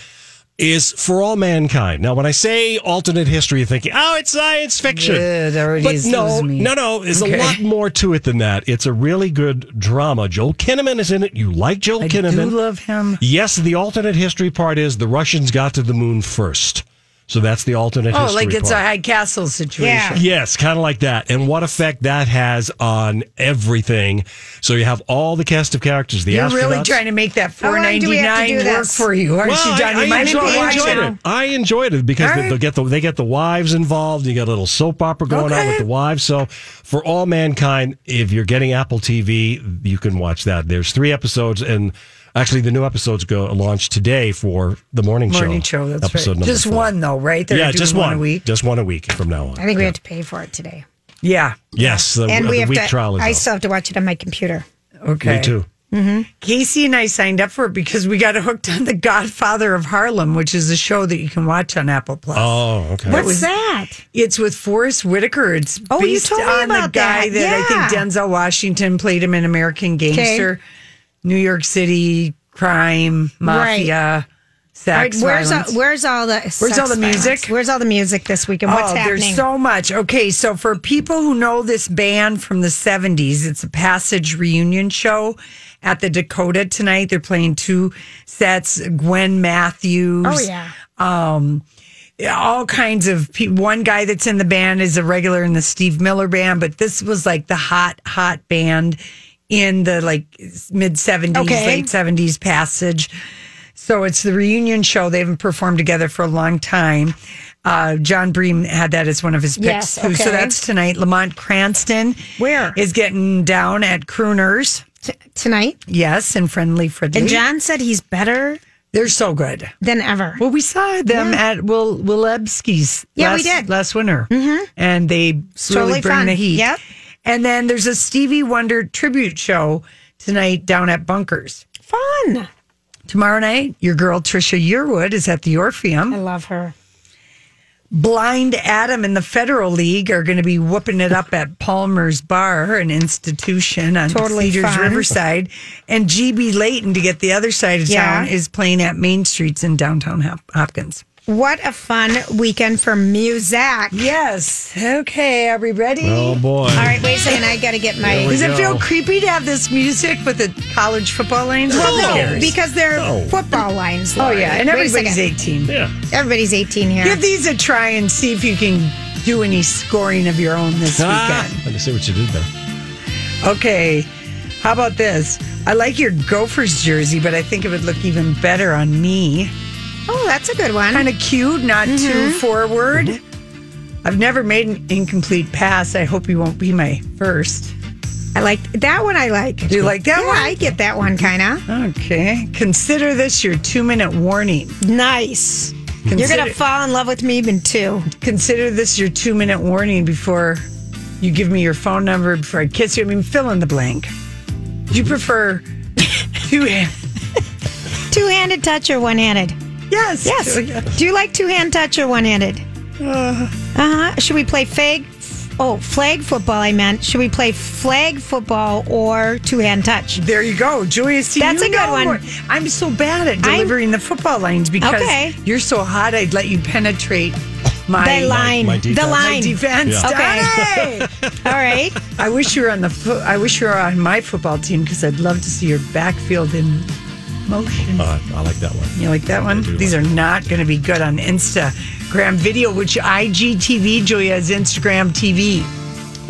Speaker 1: is For All Mankind. Now, when I say alternate history, you're thinking, oh, it's science fiction.
Speaker 2: Yeah, it already
Speaker 1: but
Speaker 2: is-
Speaker 1: no,
Speaker 2: is me.
Speaker 1: no, no. There's
Speaker 2: Okay.
Speaker 1: a (laughs) lot more to it than that. It's a really good drama. Joel Kinnaman is in it. You like Joel
Speaker 2: I
Speaker 1: Kinnaman.
Speaker 2: do love him.
Speaker 1: Yes, the alternate history part is the Russians got to the moon first. So that's the alternate
Speaker 2: Oh,
Speaker 1: history
Speaker 2: like it's a
Speaker 1: part.
Speaker 2: high castle situation.
Speaker 3: Yeah.
Speaker 1: Yes, kind of like that. And what effect that has on everything. So you have all the cast of characters, the
Speaker 2: You're
Speaker 1: astronauts.
Speaker 2: really trying to make that
Speaker 3: How
Speaker 2: four
Speaker 3: long do
Speaker 2: ninety
Speaker 3: we have to do
Speaker 2: nine work
Speaker 3: this?
Speaker 2: for you, aren't
Speaker 1: well,
Speaker 2: you, Johnny?
Speaker 1: I, I,
Speaker 2: Might as
Speaker 1: enjoyed,
Speaker 2: well
Speaker 3: be
Speaker 2: watch
Speaker 3: enjoying
Speaker 2: it.
Speaker 1: it. I enjoyed it because
Speaker 2: All
Speaker 1: they,
Speaker 2: right.
Speaker 1: will get the, they get the wives involved. You got a little soap opera going on
Speaker 2: Okay.
Speaker 1: with the wives. So for all mankind, if you're getting Apple TV, you can watch that. There's three episodes, and actually the new episodes go launch today for the morning,
Speaker 2: Morning show. That's
Speaker 1: episode
Speaker 2: right.
Speaker 1: number
Speaker 2: Just
Speaker 1: four.
Speaker 2: one though, right? They're
Speaker 1: yeah,
Speaker 2: doing
Speaker 1: just
Speaker 2: a week.
Speaker 1: Just one a week from now on.
Speaker 3: I think we have to pay for it today,
Speaker 2: Yeah.
Speaker 1: Yes, the,
Speaker 3: and
Speaker 1: the
Speaker 3: we have
Speaker 1: week
Speaker 3: to.
Speaker 1: trial is
Speaker 3: I
Speaker 1: out.
Speaker 3: still have to watch it on my computer.
Speaker 2: Okay.
Speaker 1: Me too.
Speaker 2: Casey and I signed up for it because we got hooked on The Godfather of Harlem, which is a show that you can watch on Apple Plus.
Speaker 1: Oh, okay.
Speaker 3: What's
Speaker 2: was-
Speaker 3: that?
Speaker 2: It's with Forrest Whitaker. It's
Speaker 3: Oh, you
Speaker 2: based
Speaker 3: told me
Speaker 2: on the
Speaker 3: about
Speaker 2: guy
Speaker 3: that.
Speaker 2: that, I
Speaker 3: Yeah.
Speaker 2: think Denzel Washington played him in American Gangster, New York City crime, mafia,
Speaker 3: All
Speaker 2: sex,
Speaker 3: right, where's all,
Speaker 2: violence.
Speaker 3: where's all the sex
Speaker 2: all the
Speaker 3: violence?
Speaker 2: music?
Speaker 3: Where's all the music this week and what's
Speaker 2: oh,
Speaker 3: happening?
Speaker 2: there's so much. Okay, so for people who know this band from the 70s, it's a Passage reunion show at the Dakota tonight. They're playing two sets. Gwen Matthews.
Speaker 3: oh yeah,
Speaker 2: um, all kinds of pe- one guy that's in the band is a regular in the Steve Miller band, but this was like the hot hot band in the like mid 70s
Speaker 3: Okay.
Speaker 2: late 70s passage. So it's the reunion show. They haven't performed together for a long time. Uh, John Bream had that as one of his picks.
Speaker 3: Yes,
Speaker 2: too.
Speaker 3: okay.
Speaker 2: So that's tonight. Lamont Cranston
Speaker 3: Where?
Speaker 2: is getting down at Crooners.
Speaker 3: T- tonight.
Speaker 2: Yes, and Friendly Friendly.
Speaker 3: And John said he's better
Speaker 2: They're so good.
Speaker 3: than ever.
Speaker 2: Well, we saw them at Will Willebski's.
Speaker 3: Yeah, we
Speaker 2: last,
Speaker 3: did.
Speaker 2: last winter, mm-hmm. and they
Speaker 3: totally
Speaker 2: really bring
Speaker 3: fun.
Speaker 2: the heat.
Speaker 3: Yep.
Speaker 2: And then there's a Stevie Wonder tribute show tonight down at Bunkers.
Speaker 3: Fun.
Speaker 2: Tomorrow night, your girl Trisha Yearwood is at the
Speaker 3: I
Speaker 2: Orpheum.
Speaker 3: love her.
Speaker 2: Blind Adam and the Federal League are going to be whooping it up at Palmer's Bar, an institution on
Speaker 3: Totally
Speaker 2: Cedars
Speaker 3: fun.
Speaker 2: Riverside. And GB Layton, to get the other side of
Speaker 3: Yeah.
Speaker 2: town, is playing at Main Streets in downtown Hop- Hopkins.
Speaker 3: What a fun weekend for music.
Speaker 2: Yes. Okay. Are we ready?
Speaker 1: Oh boy.
Speaker 3: All right, wait a second. I got to get my.
Speaker 2: Does it feel
Speaker 1: go.
Speaker 2: creepy to have this music with the college football lines?
Speaker 3: Well, no, because they're
Speaker 1: No.
Speaker 3: football lines.
Speaker 2: oh
Speaker 3: Lori.
Speaker 2: yeah, and
Speaker 3: Wait a
Speaker 2: everybody's
Speaker 3: second.
Speaker 2: eighteen.
Speaker 1: Yeah.
Speaker 3: everybody's 18 here.
Speaker 2: Give these a try and see if you can do any scoring of your own this
Speaker 1: Ah,
Speaker 2: weekend.
Speaker 1: I didn't see what you did there.
Speaker 2: Okay. How about this? I like your Gophers jersey, but I think it would look even better on me.
Speaker 3: oh, that's a good one.
Speaker 2: Kind of cute, not
Speaker 3: Mm-hmm.
Speaker 2: too forward.
Speaker 1: Mm-hmm.
Speaker 2: I've never made an incomplete pass. I hope you won't be my first.
Speaker 3: I like that one. I like.
Speaker 2: Do you like that
Speaker 3: yeah,
Speaker 2: one?
Speaker 3: I get that one kind of
Speaker 2: Okay. Consider this your two minute warning.
Speaker 3: nice. You're
Speaker 2: Consider-
Speaker 3: gonna fall in love with me even too.
Speaker 2: Consider this your two minute warning before you give me your phone number, before I kiss you. I mean, fill in the blank. Do you
Speaker 3: (laughs)
Speaker 2: prefer two hand?
Speaker 3: Two handed touch or one handed?
Speaker 2: Yes.
Speaker 3: Yes. Do you like two hand touch or one handed?
Speaker 2: Uh-huh.
Speaker 3: Uh huh. Should we play flag? Oh, flag football. I meant. Should we play flag football or two hand touch?
Speaker 2: There you go, Julia. See,
Speaker 3: That's
Speaker 2: you
Speaker 3: a good
Speaker 2: know
Speaker 3: one.
Speaker 2: more. I'm so bad at
Speaker 3: I'm-
Speaker 2: delivering the football lines because
Speaker 3: Okay.
Speaker 2: you're so hot. I'd let you penetrate My
Speaker 3: The line.
Speaker 2: my,
Speaker 3: My defense. The line.
Speaker 2: defense.
Speaker 3: Yeah. (laughs)
Speaker 2: Okay. All right. I wish you were on the. Fo- I wish you were on my football team because I'd love to see your backfield in motion.
Speaker 1: Uh, I like that one.
Speaker 2: You like that one? These are not going to be good on Instagram video, which IGTV Julia is Instagram TV.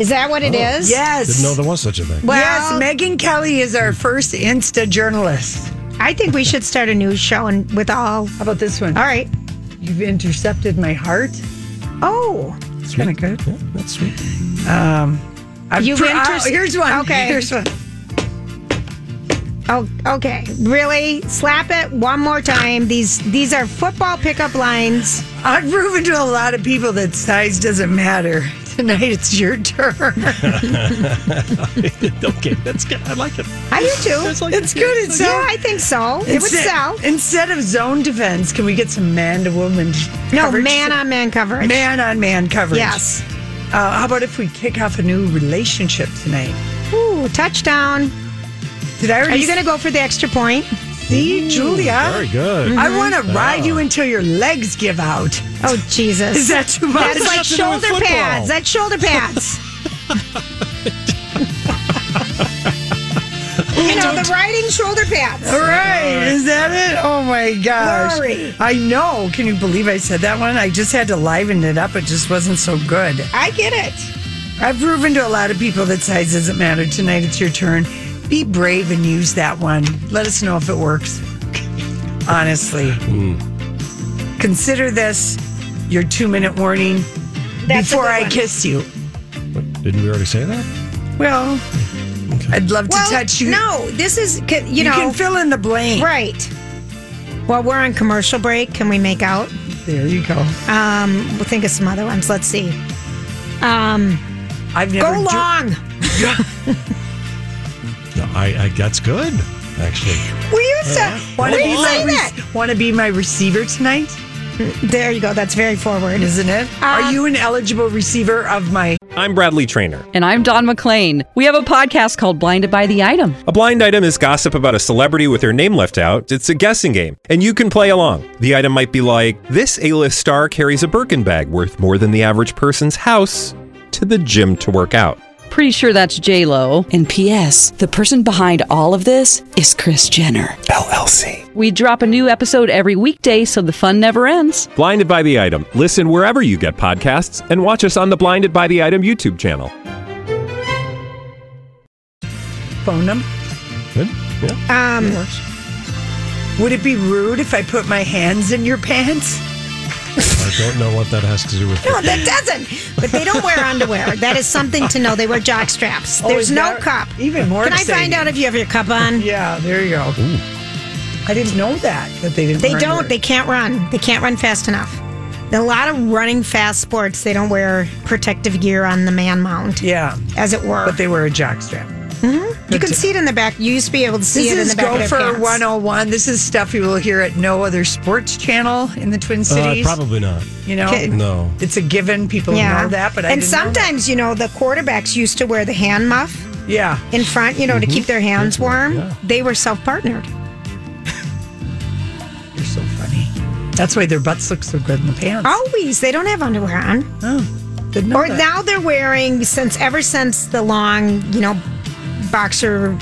Speaker 3: Is that what it is?
Speaker 2: Yes.
Speaker 1: Didn't know there was such a thing.
Speaker 2: Oh, yes, Megan Kelly is our first Insta journalist.
Speaker 3: I think we should start a news show and with all.
Speaker 2: How about this one?
Speaker 3: All right.
Speaker 2: You've intercepted my heart.
Speaker 3: Oh.
Speaker 2: It's kind of good.
Speaker 1: Yeah, that's sweet.
Speaker 2: Um, I've
Speaker 3: You've
Speaker 2: pr-
Speaker 3: inter-
Speaker 2: oh, here's one.
Speaker 3: Okay.
Speaker 2: Here's one.
Speaker 3: Oh, okay. Really? Slap it one more time. These these are football pickup lines.
Speaker 2: I've proven to a lot of people that size doesn't matter. (laughs) Tonight it's your turn.
Speaker 1: okay, that's good. I like it.
Speaker 3: I do too.
Speaker 2: It's good. It's
Speaker 3: yeah, I think so. (laughs) It would
Speaker 2: Instead-
Speaker 3: sell.
Speaker 2: Instead of zone defense, can we get some man to woman?
Speaker 3: No,
Speaker 2: coverage?
Speaker 3: man on man coverage.
Speaker 2: Man on man coverage.
Speaker 3: Yes.
Speaker 2: Uh, how about if we kick off a new relationship tonight?
Speaker 3: Ooh, touchdown.
Speaker 2: Did I already
Speaker 3: Are you Mm. going to go for the extra point?
Speaker 2: see Julia?
Speaker 1: Very good.
Speaker 2: I want to ride
Speaker 1: Yeah.
Speaker 2: you until your legs give out.
Speaker 3: Oh, Jesus.
Speaker 2: Is that too much?
Speaker 3: That's like
Speaker 1: to do with
Speaker 3: shoulder
Speaker 1: football.
Speaker 3: pads. That's shoulder
Speaker 2: (laughs)
Speaker 3: pads. you know, the riding shoulder pads.
Speaker 2: All right, is that it? Oh my gosh.
Speaker 3: Lori.
Speaker 2: I know. Can you believe I said that one? I just had to liven it up. It just wasn't so good.
Speaker 3: I get it.
Speaker 2: I've proven to a lot of people that size doesn't matter. Tonight it's your turn. Be brave and use that one. Let us know if it works. Honestly. Consider this your two minute warning
Speaker 3: That's a
Speaker 2: before
Speaker 3: good
Speaker 2: I
Speaker 3: one.
Speaker 2: kiss you.
Speaker 1: What, didn't we already say that?
Speaker 2: Well, I'd love
Speaker 3: Well,
Speaker 2: to touch you.
Speaker 3: No, this is, c- you,
Speaker 2: you
Speaker 3: know.
Speaker 2: can fill in the blank.
Speaker 3: right. Well, we're on commercial break. Can we make out?
Speaker 2: There you go.
Speaker 3: Um, we'll think of some other ones. Let's see. Um,
Speaker 2: I've never
Speaker 3: go
Speaker 2: ju-
Speaker 3: long.
Speaker 1: No, I, I that's good. Actually,
Speaker 3: we used to.
Speaker 2: Wanna
Speaker 3: we
Speaker 2: be my
Speaker 3: say
Speaker 2: re-
Speaker 3: that.
Speaker 2: Wanna be my receiver tonight?
Speaker 3: There you go. That's very forward.
Speaker 2: Isn't it?
Speaker 3: Uh,
Speaker 2: Are you an eligible receiver of my
Speaker 15: I'm Bradley Trainer.
Speaker 16: And I'm Don McClain. We have a podcast called Blinded by the Item.
Speaker 15: A blind item is gossip about a celebrity with their name left out. It's a guessing game, and you can play along. The item might be like this: A-list star carries a Birkin bag worth more than the average person's house to the gym to work out.
Speaker 16: Pretty sure that's J Lo. And P.S. The person behind all of this is Chris Jenner
Speaker 15: LLC.
Speaker 16: We drop a new episode every weekday, so the fun never ends.
Speaker 15: Blinded by the item. Listen wherever you get podcasts, and watch us on the Blinded by the Item YouTube channel.
Speaker 2: phone number?
Speaker 1: good. Yeah,
Speaker 3: Um,
Speaker 2: Would it be rude if I put my hands in your pants?
Speaker 1: I don't know what that has to do with.
Speaker 3: No, that doesn't. But they don't wear underwear. That is something to know. They wear jock straps.
Speaker 2: Oh,
Speaker 3: There's
Speaker 2: is
Speaker 3: no
Speaker 2: that
Speaker 3: cup.
Speaker 2: even more
Speaker 3: Can I
Speaker 2: exciting?
Speaker 3: find out if you have your cup on?
Speaker 2: Yeah, there you go. I didn't know that that they didn't.
Speaker 3: They
Speaker 2: wear
Speaker 3: don't. They
Speaker 2: underwear.
Speaker 3: can't run. They can't run fast enough. A lot of running fast sports, they don't wear protective gear on the man mount,
Speaker 2: yeah,
Speaker 3: as it were.
Speaker 2: but they wear a jockstrap.
Speaker 3: you can see it in the back. You used to be able to see
Speaker 2: This
Speaker 3: it in
Speaker 2: is
Speaker 3: the back of their
Speaker 2: Gopher
Speaker 3: pants.
Speaker 2: 101. This is stuff you will hear at no other sports channel in the Twin
Speaker 1: Uh,
Speaker 2: Cities.
Speaker 1: probably not.
Speaker 2: You know,
Speaker 3: Okay.
Speaker 1: No.
Speaker 2: it's a given. People
Speaker 3: Yeah.
Speaker 2: know that, but I
Speaker 3: and
Speaker 2: didn't know that.
Speaker 3: sometimes, you know, the quarterbacks used to wear the hand muff
Speaker 2: yeah,
Speaker 3: in front, you know,
Speaker 2: Mm-hmm.
Speaker 3: to keep their hands warm.
Speaker 1: yeah.
Speaker 3: They were self partnered.
Speaker 2: you're so funny. That's why their butts look so good in the pants. Oh,
Speaker 3: Always. They don't have underwear on.
Speaker 2: didn't know
Speaker 3: Oh. Or
Speaker 2: that.
Speaker 3: now they're wearing since ever since the long, you know, boxer,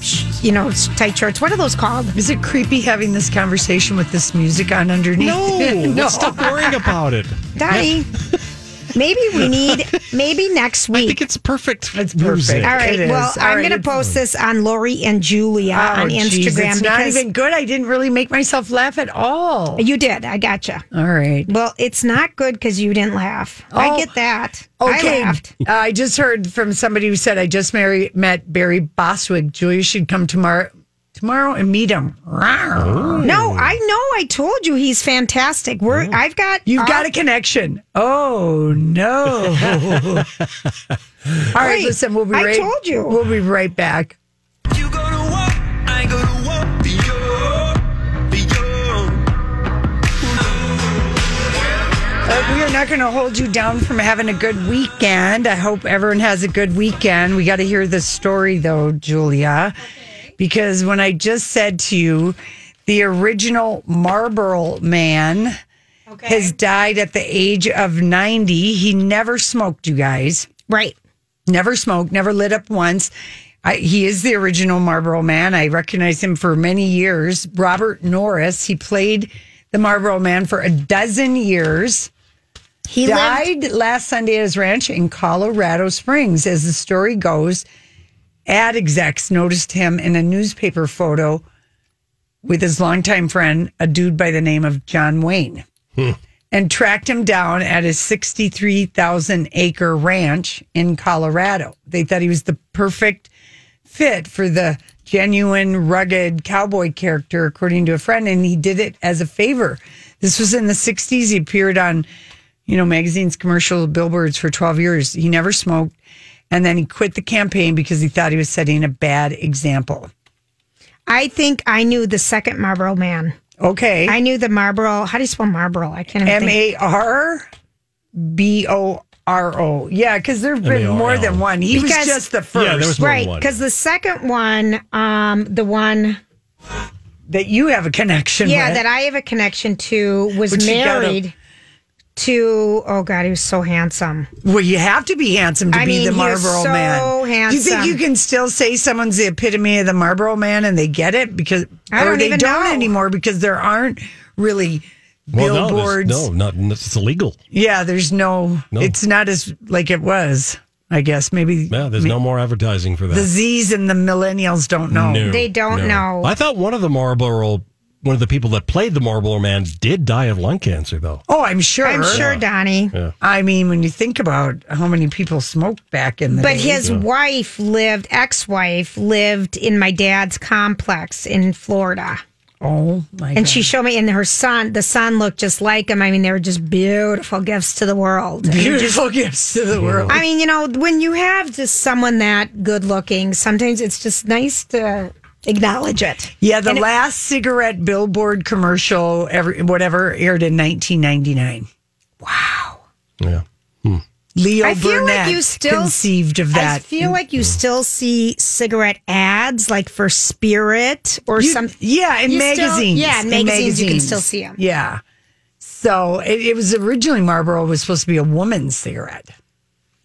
Speaker 3: sh- you know, s- tight shorts. What are those called?
Speaker 2: Is it creepy having this conversation with this music on underneath?
Speaker 17: (laughs)
Speaker 1: No,
Speaker 2: (laughs) no.
Speaker 1: let's stop
Speaker 2: (laughs)
Speaker 1: worrying about it.
Speaker 3: Donnie, (laughs) maybe we need maybe next
Speaker 1: I think
Speaker 3: week.
Speaker 1: it's perfect. It's
Speaker 2: perfect.
Speaker 3: All right.
Speaker 2: It is.
Speaker 3: Well,
Speaker 2: All
Speaker 3: I'm
Speaker 2: right,
Speaker 3: going to
Speaker 2: it's-
Speaker 3: post this on Lori and Julia on Instagram
Speaker 2: geez, Oh, it's
Speaker 3: because
Speaker 2: not even good. I didn't really make myself laugh at all.
Speaker 3: you did. I gotcha.
Speaker 2: All right.
Speaker 3: Well, it's not good because you didn't laugh.
Speaker 2: Oh,
Speaker 3: I get that.
Speaker 2: Okay. Uh,
Speaker 3: I laughed.
Speaker 2: I just heard from somebody who said I just marry, met Barry Boswick. Julia should come tomorrow tomorrow and meet him. Rawr.
Speaker 3: No, I know. I told you he's fantastic. We're. I've got.
Speaker 2: You've
Speaker 3: all-
Speaker 2: got a connection. Oh
Speaker 3: (laughs)
Speaker 2: no. all right,
Speaker 3: Wait,
Speaker 2: listen, we'll be
Speaker 3: I
Speaker 2: right
Speaker 3: told you.
Speaker 2: We'll be right back.
Speaker 9: You go to walk, I go to walk. Be yo, be
Speaker 2: Uh, we are not going to hold you down from having a good weekend. I hope everyone has a good weekend. We got to hear this story, though, Julia, because when I just said to you, the original Marlboro man has died at the age of 90. He never smoked, you guys.
Speaker 3: Right.
Speaker 2: Never smoked, never lit up once. I, he is the original Marlboro man. I recognize him for many years. Robert Norris, he played the Marlboro man for a dozen years. He died last Sunday at his ranch in Colorado Springs. As the story goes, ad execs noticed him in a newspaper photo with his longtime friend, a dude by the name of John Wayne, and tracked him down at his 63,000 acre ranch in Colorado. They thought he was the perfect fit for the genuine, rugged cowboy character, according to a friend, and he did it as a favor. This was in the 60s. He appeared on, you know, magazines, commercial billboards for 12 years. He never smoked. And then he quit the campaign because he thought he was setting a bad example.
Speaker 3: I think I knew the second Marlboro man.
Speaker 2: Okay.
Speaker 3: I knew the Marlboro. How do you spell Marlboro? I can't even
Speaker 2: M A R B O R O. Yeah, because there've been more than one. He was just the first.
Speaker 3: right? Because the second one, um, the one
Speaker 2: that you have a connection.
Speaker 3: yeah,
Speaker 2: with.
Speaker 3: that I have a connection to was
Speaker 2: But you gotta-
Speaker 3: married to. Oh God, he was so handsome.
Speaker 2: Well, you have to be handsome to
Speaker 3: I
Speaker 2: be
Speaker 3: mean,
Speaker 2: the
Speaker 3: he was
Speaker 2: Marlboro
Speaker 3: so
Speaker 2: man. Do you think
Speaker 3: handsome.
Speaker 2: you can still say someone's the epitome of the Marlboro man and they get it because
Speaker 3: I
Speaker 2: or
Speaker 3: don't
Speaker 2: they
Speaker 3: even
Speaker 2: don't
Speaker 3: know.
Speaker 2: anymore because there aren't really
Speaker 17: Well, no, there's-
Speaker 2: billboards.
Speaker 17: no, not it's illegal.
Speaker 2: Yeah, there's no,
Speaker 17: No.
Speaker 2: It's not as like it was. I guess maybe
Speaker 17: Yeah, there's no more advertising for that.
Speaker 2: the Z's and the millennials don't know.
Speaker 17: No, no. I thought one of the Marlboro, one of the people that played the Marlboro Man, did die of lung cancer, though.
Speaker 2: Oh, I'm sure.
Speaker 3: I'm sure, Donnie.
Speaker 17: Yeah.
Speaker 2: I mean, when you think about how many people smoked back in the
Speaker 3: But
Speaker 2: day.
Speaker 3: his wife lived, ex-wife lived in my dad's complex in Florida.
Speaker 2: Oh my!
Speaker 3: and she showed me, and her son, the son looked just like him. I mean, they were just beautiful gifts to the world. And
Speaker 2: (laughs)
Speaker 3: just-
Speaker 2: beautiful gifts to the world.
Speaker 3: I mean, you know, when you have just someone that good looking, sometimes it's just nice to acknowledge it.
Speaker 2: Yeah, the
Speaker 3: And it-
Speaker 2: last cigarette billboard commercial, every, whatever, aired in 1999.
Speaker 17: Yeah.
Speaker 2: Leo
Speaker 3: I feel like
Speaker 2: Burnett
Speaker 3: you still-
Speaker 2: conceived of that.
Speaker 3: I feel like you still see cigarette ads, like for Spirit or
Speaker 2: You-
Speaker 3: something.
Speaker 2: Yeah, in magazines.
Speaker 3: yeah, in, magazines, you can still see them.
Speaker 2: Yeah. So it, it was originally Marlboro was supposed to be a woman's cigarette.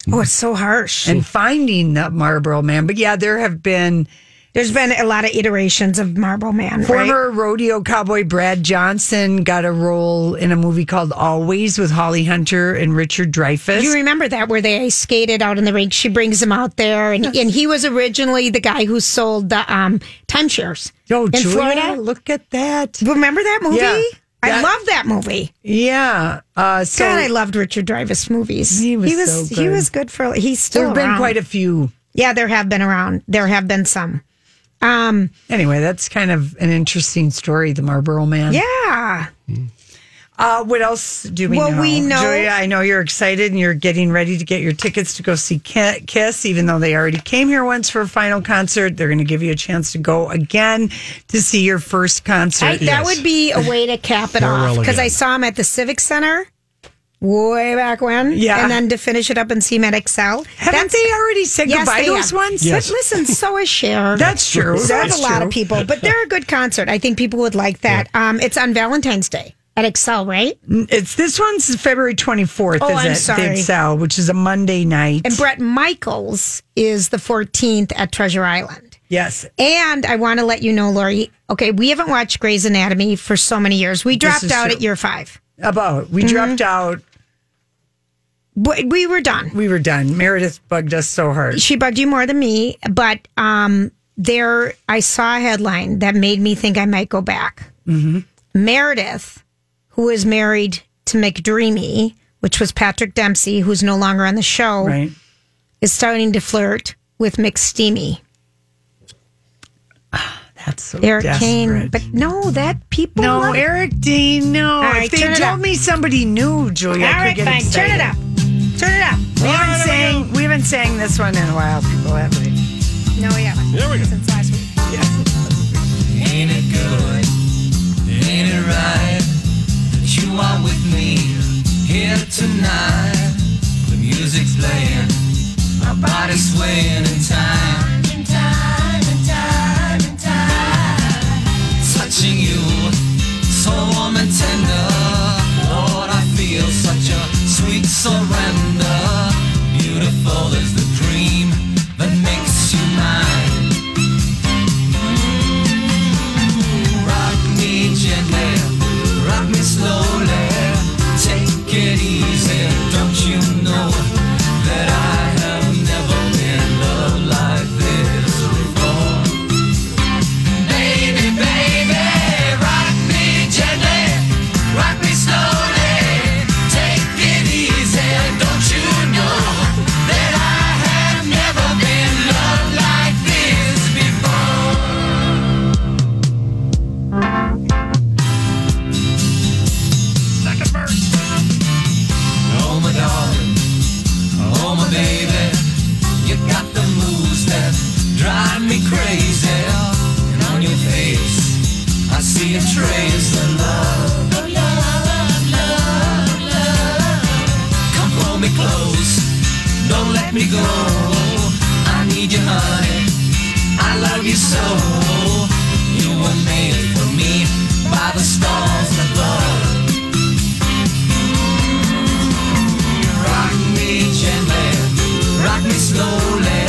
Speaker 3: Oh, it's so harsh.
Speaker 2: And finding that Marlboro man, but yeah, there have been
Speaker 3: There's been a lot of iterations of Marlboro Man. right?
Speaker 2: Former rodeo cowboy Brad Johnson got a role in a movie called Always with Holly Hunter and Richard Dreyfuss.
Speaker 3: You remember that where they skated out in the rink? She brings him out there, and and he was originally the guy who sold the um, timeshares
Speaker 2: Oh,
Speaker 3: in
Speaker 2: Julia,
Speaker 3: Florida.
Speaker 2: look at that.
Speaker 3: Remember that movie?
Speaker 2: Yeah.
Speaker 3: I
Speaker 2: That-
Speaker 3: love that movie.
Speaker 2: Yeah. Uh, so
Speaker 3: God, I loved Richard Dreyfuss movies.
Speaker 2: He was
Speaker 3: he was,
Speaker 2: so good.
Speaker 3: he was good for. He's still
Speaker 2: there have been
Speaker 3: around.
Speaker 2: quite a few.
Speaker 3: yeah. There have been around. There have been some. Um.
Speaker 2: Anyway, that's kind of an interesting story, the Marlboro Man.
Speaker 3: Yeah.
Speaker 2: Uh, what else do we
Speaker 3: Well,
Speaker 2: know?
Speaker 3: we know-
Speaker 2: Julia, I know you're excited and you're getting ready to get your tickets to go see Ki- Kiss, even though they already came here once for a final concert. They're going to give you a chance to go again to see your first concert.
Speaker 3: I, That would be a way to
Speaker 2: (laughs)
Speaker 3: cap it
Speaker 2: Farewell
Speaker 3: off because I
Speaker 2: again.
Speaker 3: saw him at the Civic Center way back when.
Speaker 2: Yeah.
Speaker 3: And then to finish it up and see him at Excel.
Speaker 2: Haven't they already said goodbye to us once?
Speaker 3: Yes. But
Speaker 2: (laughs)
Speaker 3: listen, so is Cher.
Speaker 2: That's true.
Speaker 3: So
Speaker 2: That's
Speaker 3: is a lot
Speaker 2: true.
Speaker 3: of people. But they're a good concert. I think people would like that. Um, it's on Valentine's Day at Excel, right?
Speaker 2: It's this one's February 24th,
Speaker 3: Oh,
Speaker 2: is
Speaker 3: I'm
Speaker 2: it?
Speaker 3: sorry.
Speaker 2: They'd sell, which is a Monday night.
Speaker 3: And Brett Michaels is the 14th at Treasure Island.
Speaker 2: yes.
Speaker 3: And I want to let you know, Lori. Okay, we haven't watched Grey's Anatomy for so many years. We
Speaker 2: This
Speaker 3: dropped
Speaker 2: is
Speaker 3: out
Speaker 2: true.
Speaker 3: at year five.
Speaker 2: About we
Speaker 3: Mm-hmm.
Speaker 2: dropped out.
Speaker 3: We, we were done.
Speaker 2: We were done. Meredith bugged us so hard.
Speaker 3: she bugged you more than me, but um, there I saw a headline that made me think I might go back.
Speaker 2: Mm-hmm.
Speaker 3: Meredith, who is married to McDreamy, which was Patrick Dempsey, who's no longer on the show,
Speaker 2: Right.
Speaker 3: is starting to flirt with McSteamy.
Speaker 2: That's so
Speaker 3: Eric Kane,
Speaker 2: desperate.
Speaker 3: but no, that people
Speaker 2: No,
Speaker 3: love it.
Speaker 2: Eric Dean. No,
Speaker 3: All right,
Speaker 2: if they
Speaker 3: turn it
Speaker 2: told
Speaker 3: up.
Speaker 2: me somebody knew, Julia,
Speaker 3: All
Speaker 2: Oh, I could
Speaker 3: right,
Speaker 2: get
Speaker 3: fine, turn
Speaker 2: excited.
Speaker 3: it up, turn it up.
Speaker 2: We haven't sang. We haven't sang this one in a while, people, have we?
Speaker 3: No, we haven't.
Speaker 17: There we go.
Speaker 3: Since last week.
Speaker 9: Ain't it good? Ain't it right? that You are with me here tonight. The music's playing, our body's swaying in time. In time, in time, in time. Touching you, so warm and tender. Oh,
Speaker 6: I need you, honey. I love you so. You were made for me by the stars above. Rock me gently, rock me slowly.